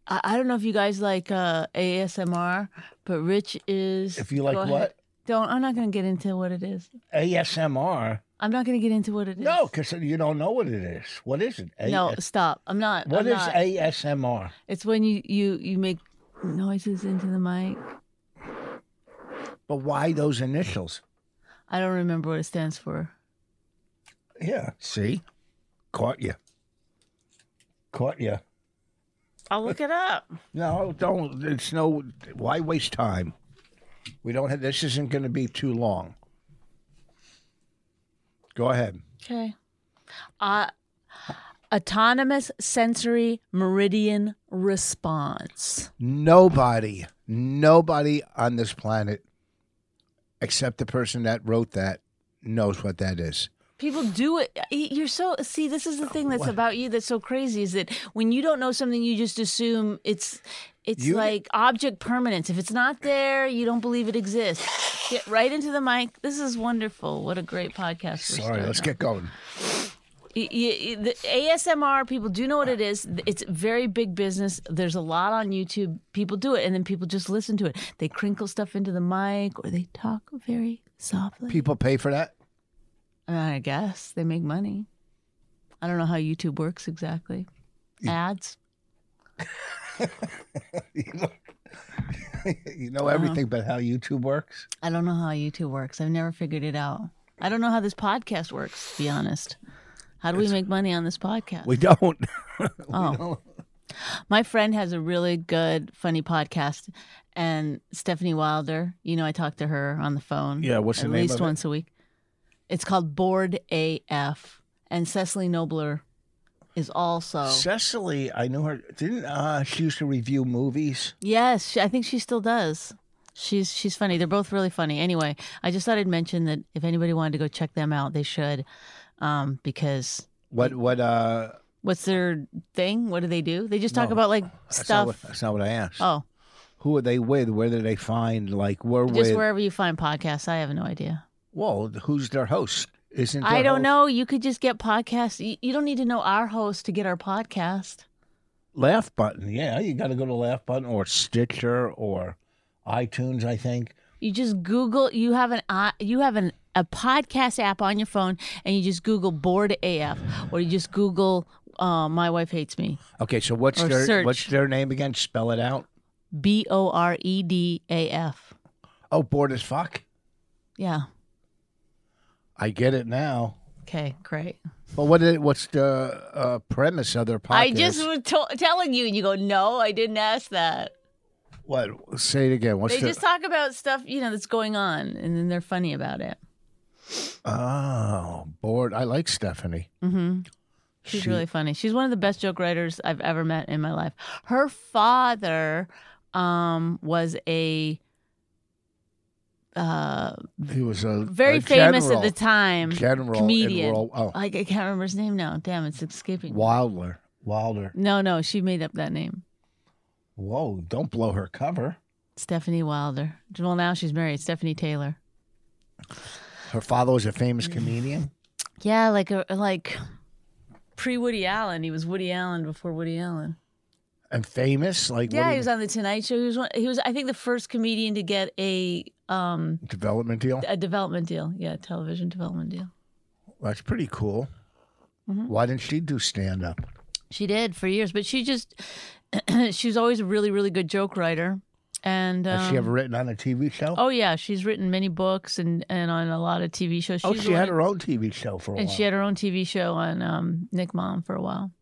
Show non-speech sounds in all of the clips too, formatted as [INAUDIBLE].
I, I don't know if you guys like uh, ASMR, but Rich is. If you like go ahead. what? Don't. I'm not going to get into what it is. ASMR. I'm not going to get into what it is. No, because you don't know what it is. What is it? No, AS- stop. I'm not. What I'm is not. ASMR? It's when you you you make noises into the mic. But why those initials? I don't remember what it stands for. Yeah. See? Caught you. Caught you. I'll look it up. No, don't. It's no. Why waste time? We don't have. This isn't going to be too long. Go ahead. Okay. Uh, autonomous sensory meridian response. Nobody, nobody on this planet, except the person that wrote that, knows what that is. People do it. You're so see. This is the thing that's about you that's so crazy is that when you don't know something, you just assume it's it's You- like object permanence. If it's not there, you don't believe it exists. Get right into the mic. This is wonderful. What a great podcast. we're Sorry. starting Let's on. get going. Y- y- the ASMR people do know what it is. It's very big business. There's a lot on YouTube. People do it, and then people just listen to it. They crinkle stuff into the mic, or they talk very softly. People pay for that. I guess they make money. I don't know how YouTube works exactly. Ads. [LAUGHS] you know everything but how YouTube works. I don't know how YouTube works. I've never figured it out. I don't know how this podcast works. To be honest, how do we make money on this [LAUGHS] podcast? We don't. Oh. My friend has a really good, funny podcast, and Stephanie Wilder. You know, I talk to her on the phone. Yeah, what's the at name least of it? once a week. It's called Bored AF, and Cecily Nobler is Oh. also. Cecily, I knew her. Didn't uh, she used to review movies? yes, she- I think she still does. She's she's funny. They're both really funny. Anyway, I just thought I'd mention that if anybody wanted to go check them out, they should, um, because What? What? Uh, what's their thing? What do they do? They just talk No, about like that's, not what, stuff. that's not what I asked. Oh, Who are they with? Where do they find? Like, we're just with. wherever you find podcasts. I have no idea. Whoa, who's their host? Isn't I their don't host- know. You could just get podcasts. You, you don't need to know our host to get our podcast. Laugh button. Yeah, you got to go to Laugh button or Stitcher or iTunes. I think. You just Google. You have an i- you have an a podcast app on your phone, and you just Google bored AF, or you just Google uh, my wife hates me. Okay, so what's Or their search. what's their name again? Spell it out. B O R E D A F. Oh, bored as fuck. Yeah. I get it now. Okay. Great. But what is, what's the uh, premise of their podcast? I just was to- telling you, and you go, no, I didn't ask that. What? Say it again. What's They the? just talk about stuff, you know, that's going on and then they're funny about it. oh, bored. I like Stephanie. hmm She's She- really funny. She's one of the best joke writers I've ever met in my life. Her father um, was a uh, He was a very a famous general, at the time General in comedian. world- oh, Like I can't remember his name now. Damn, it's escaping. me. Wilder. Wilder. No, no, she made up that name. Whoa! Don't blow her cover. Stephanie Wilder. Well, now she's married. Stephanie Taylor. Her father was a Mm. famous comedian. Yeah, like a like pre Woody Allen. He was Woody Allen before Woody Allen. and famous. Like what Yeah, do he you- was on the Tonight Show. He was one, he was I think the first comedian to get a um development deal. a development deal. Yeah, a television development deal. That's pretty cool. Mhm. Why didn't she do stand up? She did for years, but she just [CLEARS THROAT] she was always a really really good joke writer. And um, Has she ever written on a TV show? Oh yeah, she's written many books and and on a lot of TV shows. Oh, She's she the had one- her own TV show for a and while. she had her own TV show on um, Nick Mom for a while,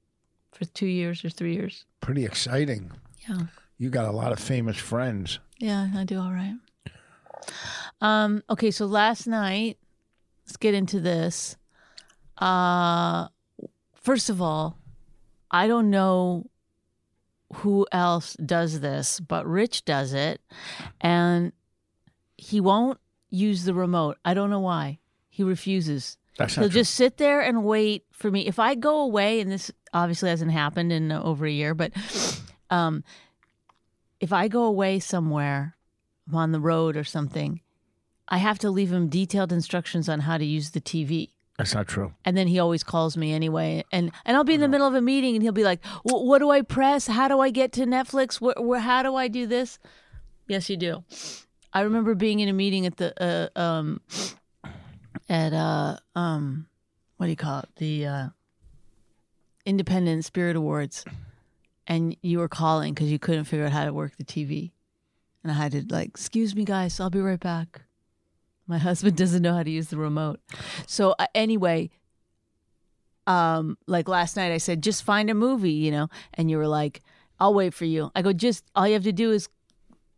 for two years or three years. pretty exciting. Yeah. You got a lot of famous friends. Yeah, I do all right. Um, okay, so last night, let's get into this. Uh first of all, I don't know who else does this, but Rich does it and he won't use the remote. I don't know why. He refuses. That's He'll not true. just sit there and wait for me. If I go away, and this obviously hasn't happened in over a year, but um, if I go away somewhere, I'm on the road or something, I have to leave him detailed instructions on how to use the TV. That's not true. And then he always calls me anyway, and and I'll be in the middle of a meeting, and he'll be like, "Wh- "What do I press? How do I get to Netflix? Where, where how do I do this?" Yes, you do. I remember being in a meeting at the uh, um at uh um what do you call it the uh Independent Spirit Awards, and you were calling because you couldn't figure out how to work the TV, and I had to like, "Excuse me, guys, I'll be right back." My [LAUGHS] husband doesn't know how to use the remote, so uh, anyway. Um, like last night, I said, just find a movie, you know, and you were like, I'll wait for you. I go, just all you have to do is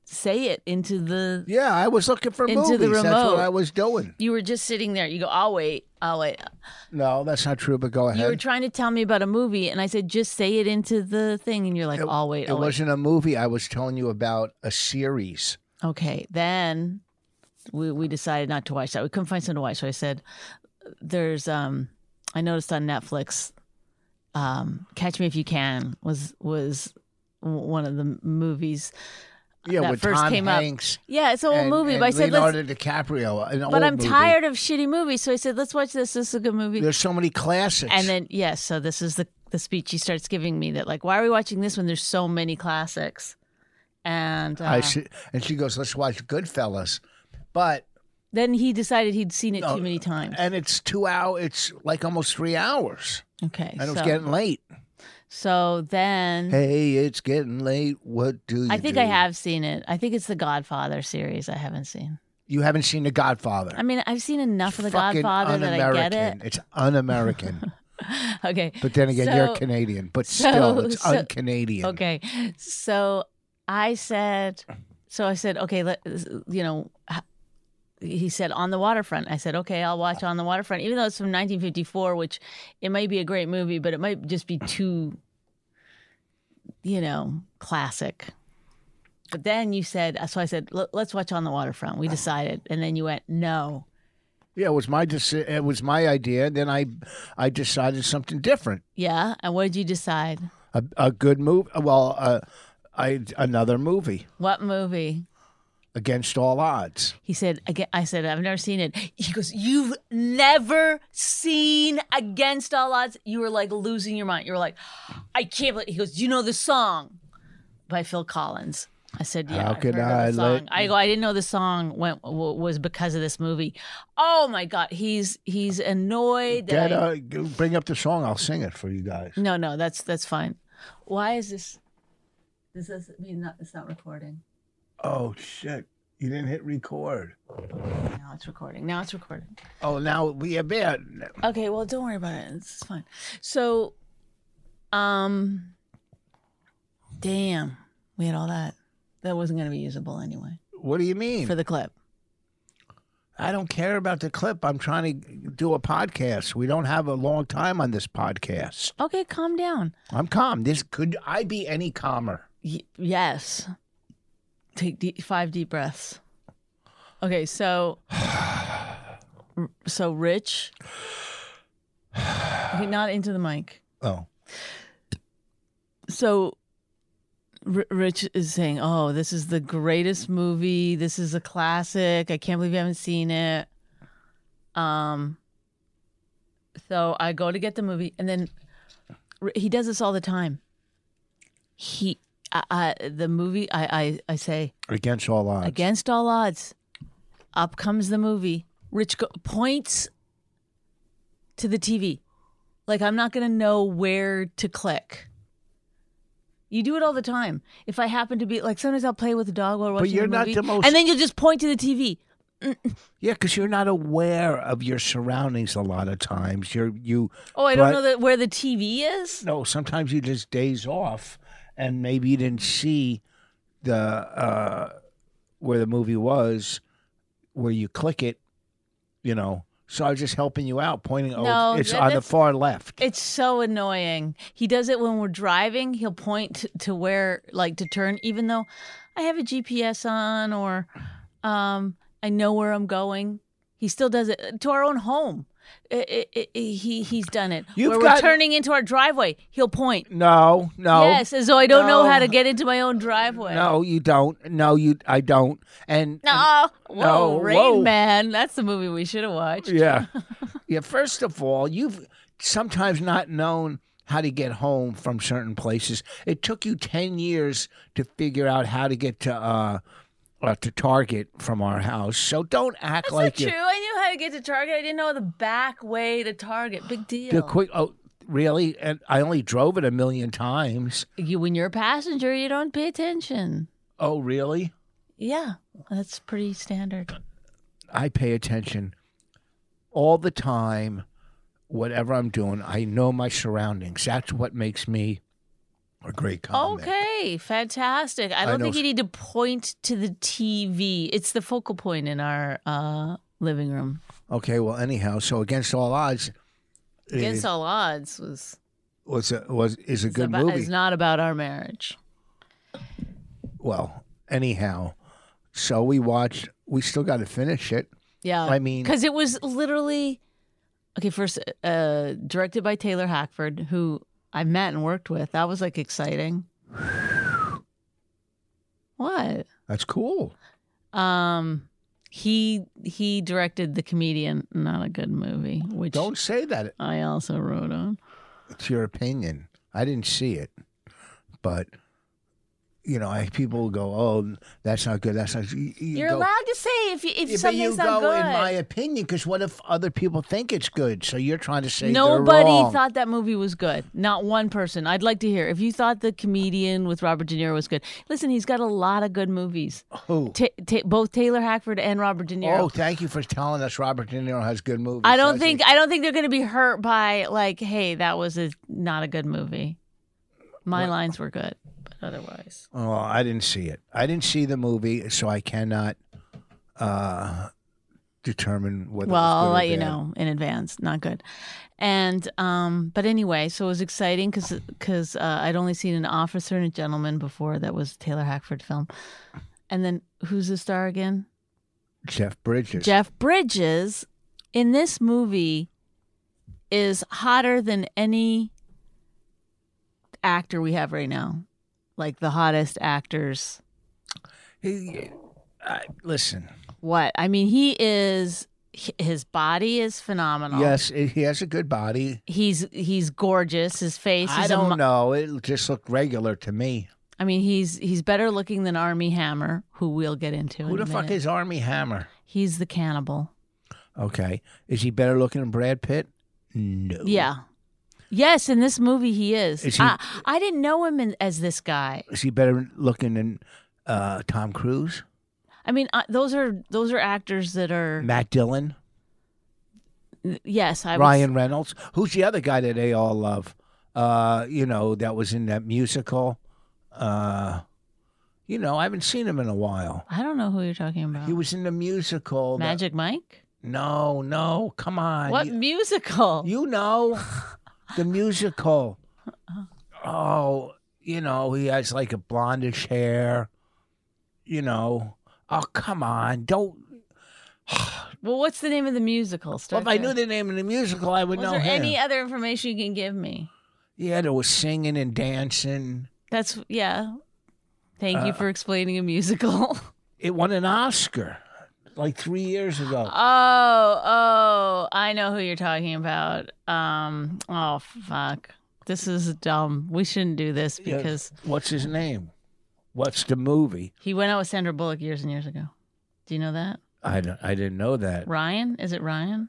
say it into the Yeah, I was looking for Into the movies. That's remote. what I was doing. you were just sitting there. You go, I'll wait. I'll wait. No, that's not true. But go ahead. You were trying to tell me about a movie, and I said, just say it into the thing. And you're like, I'll wait. it I'll wait. wasn't a movie. I was telling you about a series. Okay. Then we, we decided not to watch that. We couldn't find something to watch. So I said, there's, um, I noticed on Netflix, um, Catch Me If You Can was, was w- one of the movies. Yeah, That with first Tom came up. Hanks Yeah, it's an old and, movie, and but I said, let's, Leonardo DiCaprio. An but old I'm movie. tired of shitty movies. So I said, let's watch this. This is a good movie. There's so many classics. And then yes, so this is the the speech he starts giving me that like, why are we watching this when there's so many classics? And uh, I see, and she goes, "Let's watch Goodfellas," but then he decided he'd seen it too uh, many times. and it's two hour. It's like almost three hours, Okay, and it was so, getting late. so then Hey, it's getting late. What do you? I think do? I have seen it. I think it's the Godfather series. I haven't seen. You haven't seen The Godfather. I mean, I've seen enough of the Fucking Godfather that I get un-American. it. It's un-American. [LAUGHS] Okay, but then again, you're [LAUGHS] So- Canadian. But so- still, it's so- un-Canadian. Okay. So I said, so I said, okay, let, you know, h- he said on the waterfront. I said, okay, I'll watch on the waterfront, even though it's from 1954, which it might be a great movie, but it might just be too, you know, classic. But then you said, so I said, "Let- let's watch on the waterfront. We decided, and then you went, no. Yeah, it was my deci- it was my idea. And then I, I decided something different. Yeah. And what did you decide? A, a good move. Well, uh, I another movie What movie? against all odds. He said, again, I said, I've never seen it. He goes, You've never seen Against All Odds? You were like losing your mind. You were like, I can't believe. He goes, Do you know the song by Phil Collins? I said, Yeah. How I've could heard of I the let- song." I go, I didn't know the song went, w- was because of this movie. Oh my God. He's he's annoyed. That Get, I- uh, g- bring up the song. I'll sing it for you guys. no, no, that's that's fine. Why is this? Does this mean not, it's not recording? Oh shit! You didn't hit record. Now it's recording. Now it's recording. Oh, now we are bad. Okay, well, don't worry about it. It's fine. So, um, damn, we had all that. that wasn't going to be usable anyway What do you mean? for the clip. I don't care about the clip. I'm trying to do a podcast. We don't have a long time on this podcast. Okay, calm down. I'm calm. This could I be any calmer? Y- yes. Take deep, five deep breaths. Okay, so R- so Rich, [SIGHS] okay, not into the mic. Oh, So R- Rich is saying, "Oh, this is the greatest movie. This is a classic. I can't believe you haven't seen it." Um. So I go to get the movie, and then R- he does this all the time. He, I, I the movie, I, I, I say. against all odds. Against all odds, up comes the movie. Rich go- points to the TV. Like, I'm not going to know where to click. You do it all the time. If I happen to be like, sometimes I'll play with the dog while watching a you're not movie, the most- and then you'll just point to the TV. Yeah, because you're not aware of your surroundings a lot of times. You're you. Oh, I don't But- know that where the TV is. No, sometimes you just days off, and maybe you didn't see the uh, where the movie was, where you click it. You know, so I was just helping you out, pointing. No, oh, it's that- on the that's- far left. It's so annoying. He does it when we're driving. He'll point t- to where, like, to turn, even though I have a GPS on or um, I know where I'm going. He still does it uh, to our own home. I- I- I- he he's done it. You've where got- we're turning into our driveway, he'll point. no, no. Yes, as though I don't know No. how to get into my own driveway. No, you don't. No, you. I don't. And No. Whoa, No, Rain whoa. Man. That's the movie we should have [LAUGHS] watched. [LAUGHS] yeah, yeah. First of all, you've sometimes not known how to get home from certain places. It took you ten years to figure out how to get to uh, uh to Target from our house. So don't act That's like not you. true. I knew how to get to Target. I didn't know the back way to Target. Big deal. The quick. Oh, really? And I only drove it a million times. you when you're a passenger you don't pay attention Oh, really? yeah that's pretty standard I pay attention all the time, whatever I'm doing. I know my surroundings. That's what makes me a great comic. okay fantastic i I don't know think you need to point to the tv it's the focal point in our uh living room Okay. Well, anyhow, so against all odds, it against all odds was was a, was is a it's good about- movie. it's not about our marriage well, anyhow, so we watched. We still got to finish it. yeah I mean, because it was literally okay first uh directed by taylor hackford who i met and worked with that was like exciting [SIGHS] what that's cool. Um, he he directed the comedian, not a good movie, which Don't say that. I also wrote on. It's your opinion. I didn't see it, but. You know, I, people go, "Oh, that's not good. That's not." You, you You're go, allowed to say if you, if Yeah, but you something's go not good. in my opinion because what if other people think it's good? So you're trying to say they're Nobody wrong. thought that movie was good. Not one person. I'd like to hear if you thought the comedian with Robert De Niro was good. Listen, he's got a lot of good movies. Who? Ta ta both Taylor Hackford and Robert De Niro. Oh, thank you for telling us Robert De Niro has good movies. I don't does he? think I don't think they're going to be hurt by like, hey, that was a not a good movie. My lines were good, but otherwise. Oh, I didn't see it. I didn't see the movie, so I cannot uh, determine whether. Well, it was good I'll or let you bad. know in advance. Not good. And um, but anyway, so it was exciting because uh, I'd only seen an officer and a gentleman before. That was a Taylor Hackford film. And then who's the star again? Jeff Bridges. Jeff Bridges in this movie is hotter than any actor we have right now. Like the hottest actors. He- I- listen. What I mean, he is. h- His body is phenomenal. Yes, he has a good body. he's he's gorgeous. His face I is a don't mo- know. It just looked regular to me. I mean, he's he's better looking than Army Hammer, who we'll get into. Who in a the fuck minute. is Army Hammer? He's the cannibal. Okay, is he better looking than Brad Pitt? No. Yeah. Yes, in this movie he is. Is he- I, I didn't know him in, as this guy. Is he better looking than uh, Tom Cruise? I mean, uh, those are those are actors that are. Matt Dillon? Yes, I would Ryan Reynolds? Who's the other guy that they all love? Uh, you know, that was in that musical. Uh, You know, I haven't seen him in a while. I don't know who you're talking about. He was uh, in the musical. that- Magic Mike? no, no, come on. What You, musical? you know, the musical. Oh, you know, he has like a blondish hair. You know, oh, come on. Don't. well, what's the name of the musical? Well, Start if I knew there. the name of the musical, I would Was know there him. any other information you can give me? yeah, there was singing and dancing. That's yeah. Thank Uh, you for explaining a musical. [LAUGHS] It won an Oscar like three years ago. Oh, oh, I know who you're talking about. Um, oh fuck. This is dumb. We shouldn't do this Yeah. because What's his name? What's the movie? he went out with Sandra Bullock years and years ago. Do you know that? I, don't- I didn't know that. Ryan? Is it Ryan?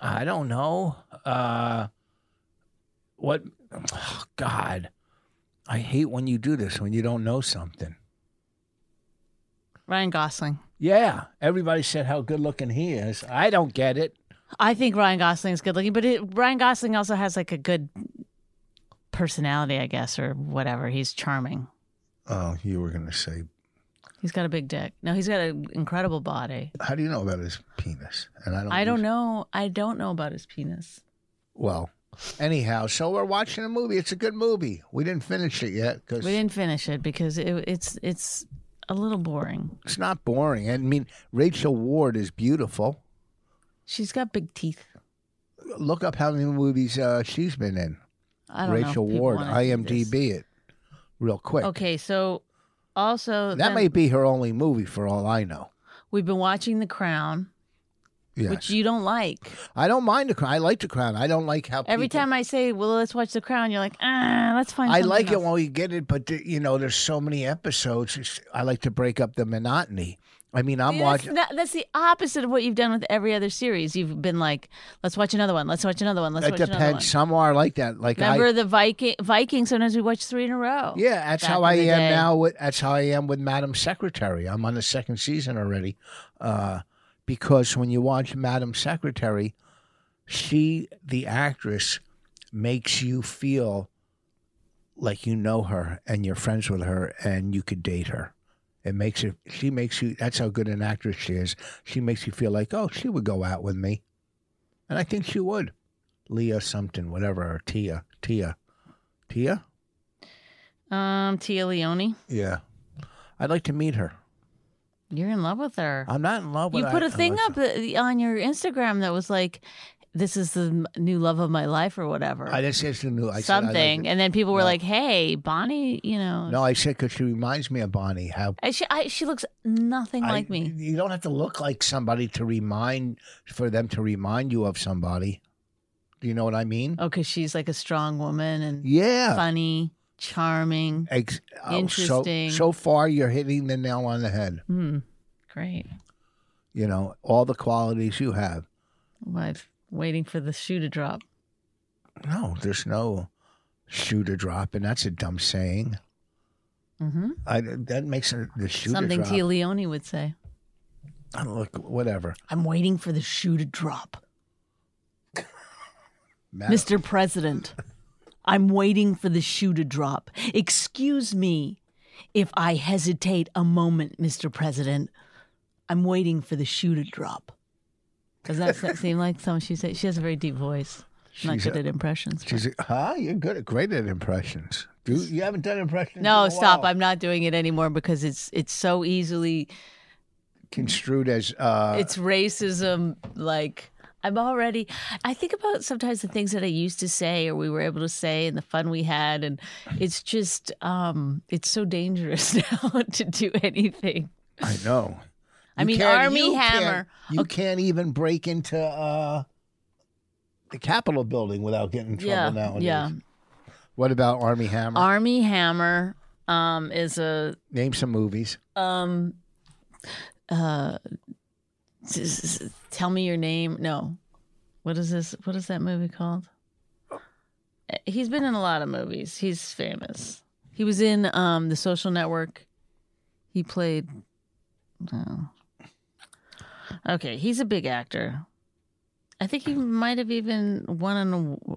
I don't know. Uh, what? Oh, God, I hate when you do this when you don't know something. Ryan Gosling. Yeah, everybody said how good looking he is. I don't get it. I think Ryan Gosling is good looking, but it, Ryan Gosling also has like a good personality, I guess, or whatever. He's charming. Oh, you were gonna say. He's got a big dick. No, he's got an incredible body. How do you know about his penis? And I don't. I don't know. I don't know about his penis. Well, anyhow, so we're watching a movie. It's a good movie. We didn't finish it yet because We didn't finish it because it, it's it's a little boring. it's not boring. I mean, Rachel Ward is beautiful. She's got big teeth. Look up how many movies uh, she's been in. I don't know if Rachel people Ward, wanna do this. IMDb it real quick. Okay, so also That then may be her only movie for all I know. we've been watching The Crown, Yes. which you don't like. I don't mind the crown. I like the crown. I don't like how Every people- time I say, "Well, let's watch The Crown," you're like, "Ah, let's find." I something like it else." when we get it, but the- you know, there's so many episodes. It's- I like to break up the monotony. I mean, I'm See, that's, watching. not- that's the opposite of what you've done with every other series. You've been like, "Let's watch another one. Let's watch another one. Let's It watch another one." depends. Some are like that. Like Remember I, the Viking Vikings? Sometimes we watch three in a row. yeah, that's back how in I the am day. now. With, that's how I am with Madam Secretary. I'm on the second season already, uh, because when you watch Madam Secretary, she, the actress, makes you feel like you know her and you're friends with her and you could date her. It makes it. She makes you. That's how good an actress she is. She makes you feel like, oh, she would go out with me, and I think she would. Leah something, whatever, or Tia, Tia, Tia. Um, Tia Leone, Yeah, I'd like to meet her. you're in love with her. I'm not in love with. you her. put I- a thing I like up uh, on your Instagram that was like, "This is the m- new love of my life" or her. whatever, I just said she knew. I said I liked something, her. and then people were No. like, "Hey, Bonnie, you know." no, I said because she reminds me of Bonnie. How I, she, I, she looks nothing I- like me. You don't have to look like somebody to remind for them to remind you of somebody. Do you know what I mean? Oh, because she's like a strong woman and Yeah. funny, charming. Ex- oh, so- Interesting. So, far, you're hitting the nail on the head. Hmm. Great. You know all the qualities you have. Well, waiting for the shoe to drop. No, there's no shoe to drop, and that's a dumb saying. hmm I, that makes it the shoe Something to drop. Tia Leone would say. I don't look, whatever. I'm waiting for the shoe to drop. Matt- Mr. President, I'm waiting for the shoe to drop. Excuse me if I hesitate a moment, Mr. President. I'm waiting for the shoe to drop. Does that se- seem like something she said? She has a very deep voice. I'm not She's good a- at impressions. but- She's like, huh? You're good at great at impressions. Do you haven't done impressions? in No, a stop. while. I'm not doing it anymore because it's it's so easily construed as uh, it's racism like i'm already i think about sometimes the things that i used to say or we were able to say and the fun we had and it's just um it's so dangerous [LAUGHS] now to do anything I know. I You mean, can't- Army you can't- Hammer. you can't even break into uh, the Capitol building without getting in trouble yeah nowadays. yeah What about Army Hammer? army hammer um is a Name some movies. um uh s- s- s- tell me your name no what is this what is that movie called Uh, he's been in a lot of movies he's famous he was in um the social network he played oh. okay he's a big actor i think he might have even won an aw-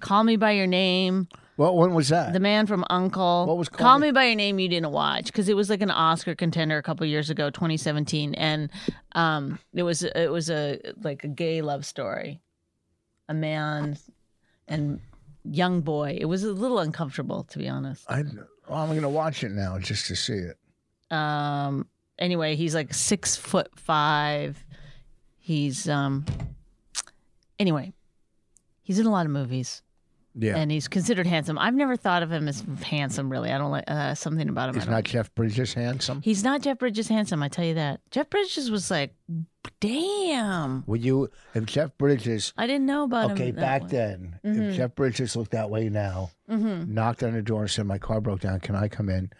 call me by your name What one was that? The Man from Uncle. What was Call Call Me- Me by Your Name? You didn't watch because it was like an Oscar contender a couple years ago, 2017, and um, it was it was a like a gay love story, a man and young boy. It was a little uncomfortable to be honest. I, oh, I'm gonna watch it now just to see it. Um, anyway, he's like six foot five. He's um, anyway, he's in a lot of movies. Yeah, and he's considered handsome. I've never thought of him as handsome, really. I don't like uh, something about him. I is don't- not Jeff Bridges handsome? he's not Jeff Bridges handsome. I tell you that. Jeff Bridges was like, damn, Would you if Jeff Bridges? I didn't know Mm-hmm. about Okay, him. back then, if Jeff Bridges looked that way now, Mm-hmm. knocked on the door and said, "My car broke down. Can I come in?"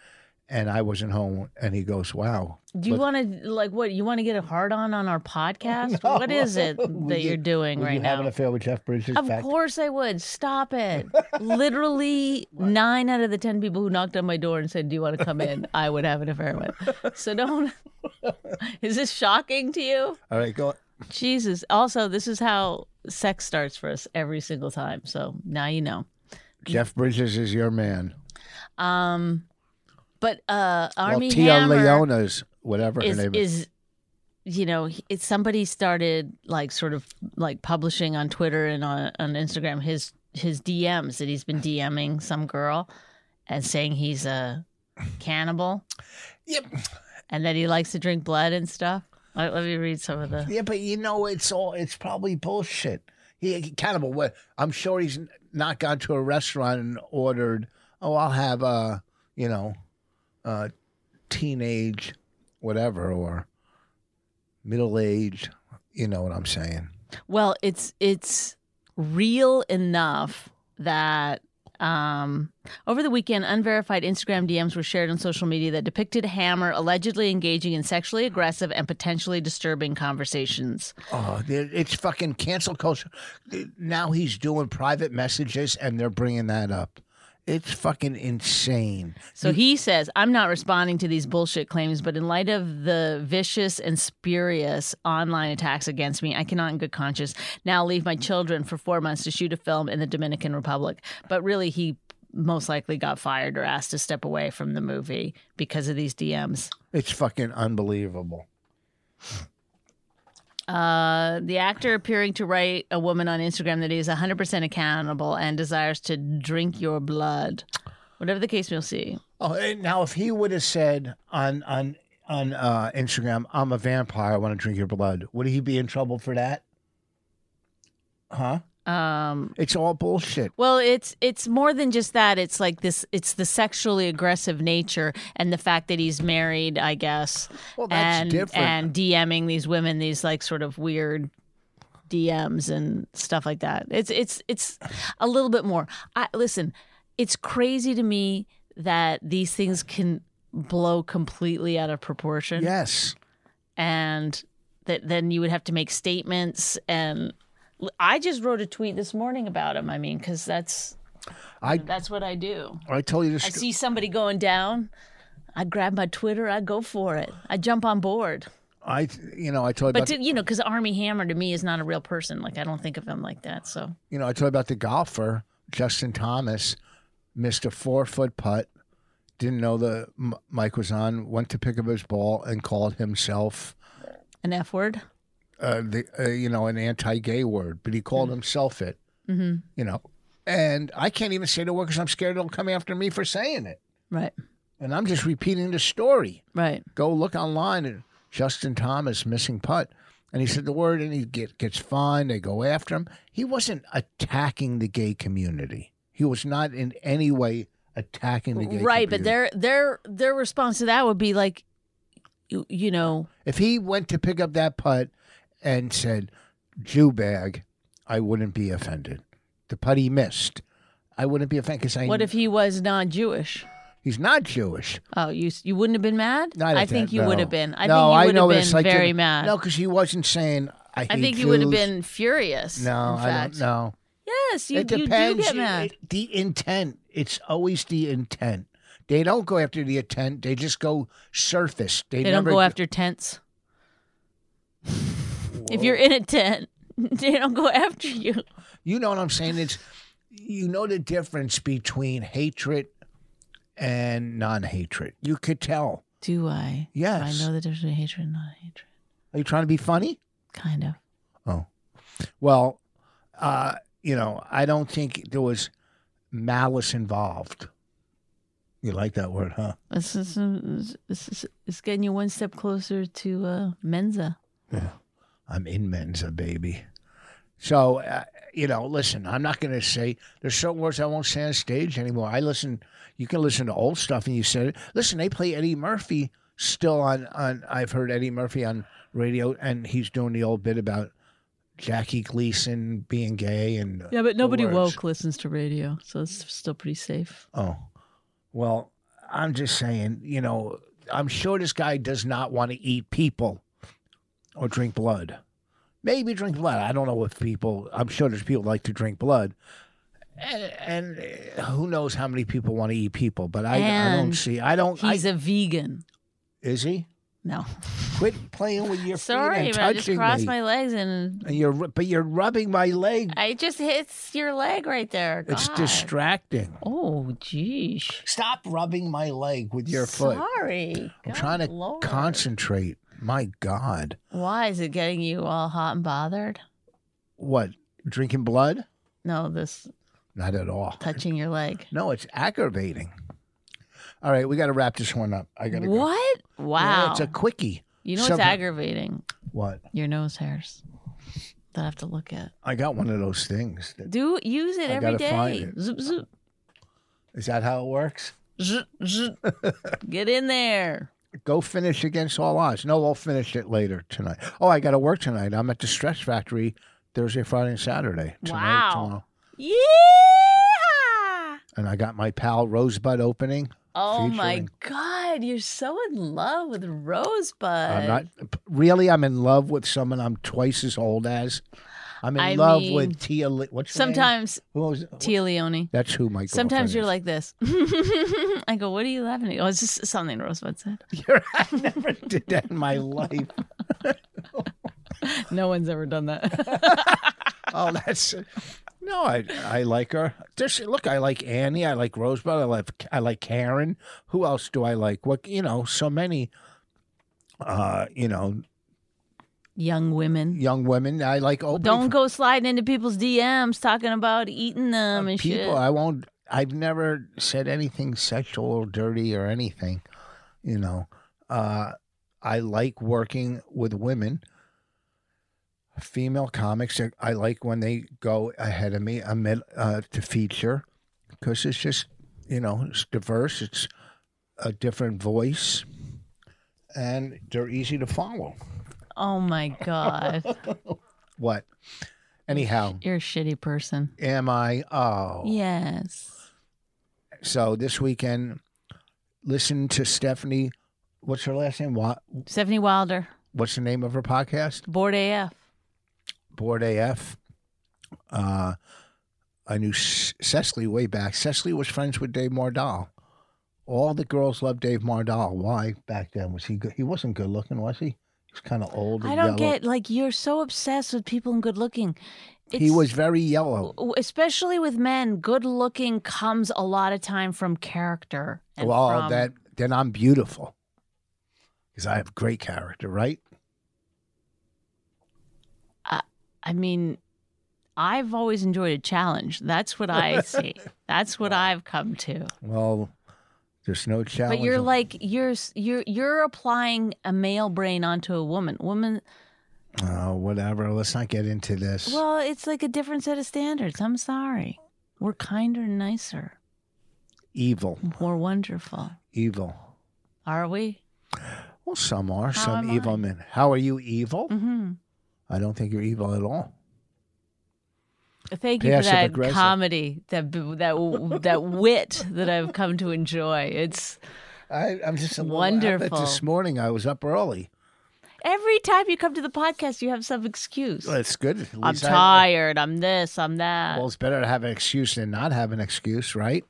And I wasn't home, and he goes, "Wow." Do you Look- want to like what? You want to get a hard on on our [LAUGHS] podcast? No. What is it Would that you- you, are doing Were right you have an now? affair with Jeff Bridges? Of back- course I would. [LAUGHS] Stop it. Literally nine out of the ten people who knocked on my door and said, "Do you want to come [LAUGHS] in?" I would have an affair with. So don't. is this shocking to you? All right, go. Jesus. Also, this is how sex starts for us every single time. So now you know. Jeff Bridges is your man. Um, but uh, Army well, Tia Hammer Leona's whatever is, her name is. is, you know, he- it's somebody started like sort of like publishing on Twitter and on, on Instagram his his DMs that he's been DMing some girl and saying he's a cannibal Yep. and that he likes to drink blood and stuff. Let, let me read some of the. Yeah, but you know, it's all it's probably bullshit. He, he cannibal. What? I'm sure he's n- not gone to a restaurant and ordered. Oh, I'll have a you know, uh teenage, whatever, or middle aged. You know what I'm saying? Well, it's it's real enough that um, over the weekend, unverified Instagram DMs were shared on social media that depicted Hammer allegedly engaging in sexually aggressive and potentially disturbing conversations. Oh, there- it's fucking cancel culture. Now he's doing private messages, and they're bringing that up. It's fucking insane. So he says, I'm not responding to these bullshit claims, but in light of the vicious and spurious online attacks against me, I cannot in good conscience now leave my children for four months to shoot a film in the Dominican Republic. But really, he most likely got fired or asked to step away from the movie because of these DMs. It's fucking unbelievable. Uh, the actor appearing to write a woman on Instagram that he is 100% accountable and desires to drink your blood. Whatever the case, we'll see. Oh, and now if he would have said on on on uh, Instagram, "I'm a vampire. I want to drink your blood," would he be in trouble for that? Huh? Um, It's all bullshit. Well, it's it's more than just that. It's like this. It's the sexually aggressive nature and the fact that he's married, I guess, Well, that's and different. and DMing these women these like sort of weird DMs and stuff like that. It's it's it's a little bit more. I listen. It's crazy to me that these things can blow completely out of proportion yes, and that then you would have to make statements and I just wrote a tweet this morning about him. I mean, because that's I- that's what I do. I tell you this. I see somebody going down. I grab my Twitter. I go for it. I jump on board. I you know I told you But about to, you know, because Army Hammer to me is not a real person. Like I don't think of him like that. So you know I told you about the golfer Justin Thomas missed a four foot putt. Didn't know the m- mic was on. Went to pick up his ball and called himself, an F word. uh, the uh, you know, an anti-gay word, but he called himself it. Mm-hmm. you know. And I can't even say the word because I'm scared it'll come after me for saying it. Right. And I'm just repeating the story. Right. Go look online and Justin Thomas missing putt. And he said the word and he get, gets fined. They go after him. He wasn't attacking the gay community. He was not in any way attacking the gay Right. But community. their their their response to that would be like, you, you know, If he went to pick up that putt and said, Jew bag, I wouldn't be offended. The putt he missed, I wouldn't be offended because I what if he was non-Jewish? he's not Jewish. Oh, you you wouldn't have been mad. Not I at think that, you would no. have been. I No, think you know, would but have it's been like very you- mad. No, because he wasn't saying I. I hate think you would have Jews." been furious. No, in I fact. don't know. Yes, you, it you do depends. get You- mad. it- the intent. It's always the intent. They don't go after the intent. They just go surface. They, They don't never go [LAUGHS] after tents. If you're in a tent, [LAUGHS] they don't go after you. You know what I'm saying? It's you know the difference between hatred and non-hatred. You could tell. Do I? Yes. Do I know the difference between hatred and not hatred. Are you trying to be funny? Kind of. Oh, well, uh, you know, I don't think there was malice involved. You like that word, huh? It's, it's, it's, it's- it's getting you one step closer to uh, Menza. I'm in Mensa, baby. So, uh, you know, listen, I'm not going to say, there's certain words I won't say on stage anymore. I listen, you can listen to old stuff and you said it. Listen, they play Eddie Murphy still on, on I've heard Eddie Murphy on radio and he's doing the old bit about Jackie Gleason being gay and. Yeah, but the nobody words. woke listens to radio, so it's still pretty safe. Oh, well, I'm just saying, you know, I'm sure this guy does not want to eat people or drink blood. Maybe drink blood. I don't know if people, I'm sure there's people like to drink blood. And, and who knows how many people want to eat people, but I, I don't And see. I don't. I, He's a vegan. is he? No. Quit playing with your feet Sorry, and but I just touching crossed me. my legs and and you're, ru- but you're rubbing my leg. I just hits your leg right there. It's God. distracting. Oh, geez. Stop rubbing my leg with your foot. Sorry. I'm God trying to Lord. concentrate. My God. Why is it getting you all hot and bothered? What? Drinking blood? No, this Not at all. touching your leg. No, it's aggravating. All right, we got to wrap this one up. [LAUGHS] I got to go. What? Yeah, Wow. it's a quickie. you know what's something- aggravating? What? Your nose hairs. That I have to look at. I got one of those things. That, Do use it I every gotta find day. it. Zoop zoop. is that how it works? Zoop, zoop. Get in there. [LAUGHS] Go finish against all odds. No, I'll finish it later tonight. Oh, I got to work tonight. I'm at the Stress Factory Thursday, Friday, and Saturday. Tonight, Wow. tomorrow. Yeah. And I got my pal Rosebud opening. Oh my Featuring- God, you're so in love with Rosebud. I'm not Uh, really. I'm in love with someone I'm twice as old as. I'm in I love mean, with Tia. Li- What's her name? Sometimes Who was- Tia Leone. That's who my. Sometimes [LAUGHS] you're girlfriend like this. [LAUGHS] I go, what are you laughing at? Oh, it's just something [LAUGHS] Rosebud said. is. You're- I never did that in my life. No one's ever done that. Oh, that's no. I I like her. There's, look, I like Annie. I like Rosebud. I like I like Karen. Who else do I like? What you know? So many. Uh, you know, [LAUGHS] Young women. young women. I like Oprah. Don't go sliding into people's DMs talking about eating them and people. shit. I won't. I've never said anything sexual or dirty or anything. You know, uh, I like working with women, female comics. I- I like when they go ahead of me amid, uh, to feature because it's just you know it's diverse. It's a different voice, and they're easy to follow. oh my God. What? Anyhow, You're a shitty person. am I? Oh, Yes. So this weekend, listen to Stephanie. What's her last name? What, Stephanie Wilder, what's the name of her podcast? bored AF. Board AF. Uh, I knew S- Cecily way back. Cecily was friends with Dave Mardal. All the girls loved Dave Mardal. Why back then was he good? He wasn't good looking, was he? He's kind of old. And I don't yellow. get, like, you're so obsessed with people and good looking. He was very yellow. Especially with men, good looking comes a lot of time from character. and well, from- that then I'm beautiful because I have great character, right? I mean, I've always enjoyed a challenge. That's what I [LAUGHS] see. That's what I've come to. Well, there's no challenge. But you're in- like you're s- you're you're applying a male brain onto a woman. Woman, Oh, whatever. Let's not get into this. well, it's like a different set of standards. I'm sorry. We're kinder, nicer, evil, more wonderful, evil. are we? Well, some are. How some am evil I? men. How are you evil? hmm I don't think you're evil at all. Thank you for Passive that aggressive. comedy, that b- that that wit that I've come to enjoy. It's I, I'm just a little Wonderful. But this morning I was up early. every time you come to the podcast, you have some excuse. Well, it's good. At I'm least I- uh, tired. I'm this. I'm that. well, it's better to have an excuse than not have an excuse, right?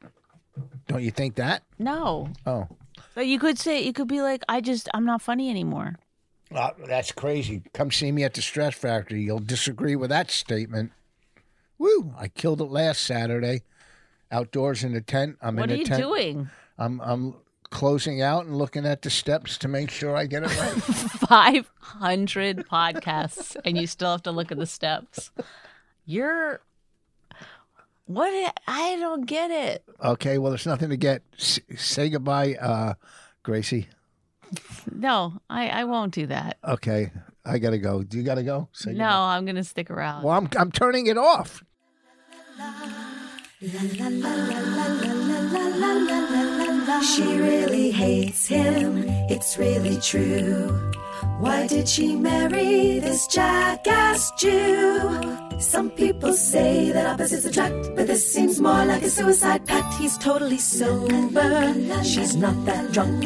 Don't you think that? no, Oh, but you could say you could be like, I just I'm not funny anymore. Uh, that's crazy. Come see me at the Stress Factory. You'll disagree with that statement. Woo! I killed it last Saturday. Outdoors in the tent. I'm in what are the you tent. doing? [LAUGHS] I'm I'm closing out and looking at the steps to make sure I get it right. 500 podcasts and you still have to look at the steps. You're what i- I don't get it. okay, well, there's nothing to get. S- say goodbye, uh, Gracie. No, I, I won't do that. Okay, I gotta go. Do you gotta go? Say No, I'm going to stick around. Goodbye. Well, I'm I'm turning it off. She really hates him, it's really true. Why did she marry this jackass Jew? Some people say that opposites attract, but this seems more like a suicide pact. He's totally sober, she's not that drunk.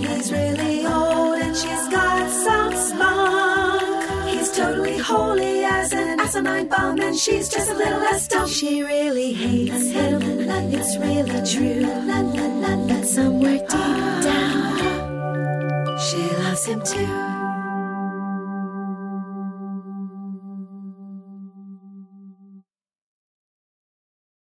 He's really old and she's got some spunk. He's totally holy as an asinine bomb, and she's just a little less dumb. She really hates him, it's really true. But somewhere deep down, she loves him too.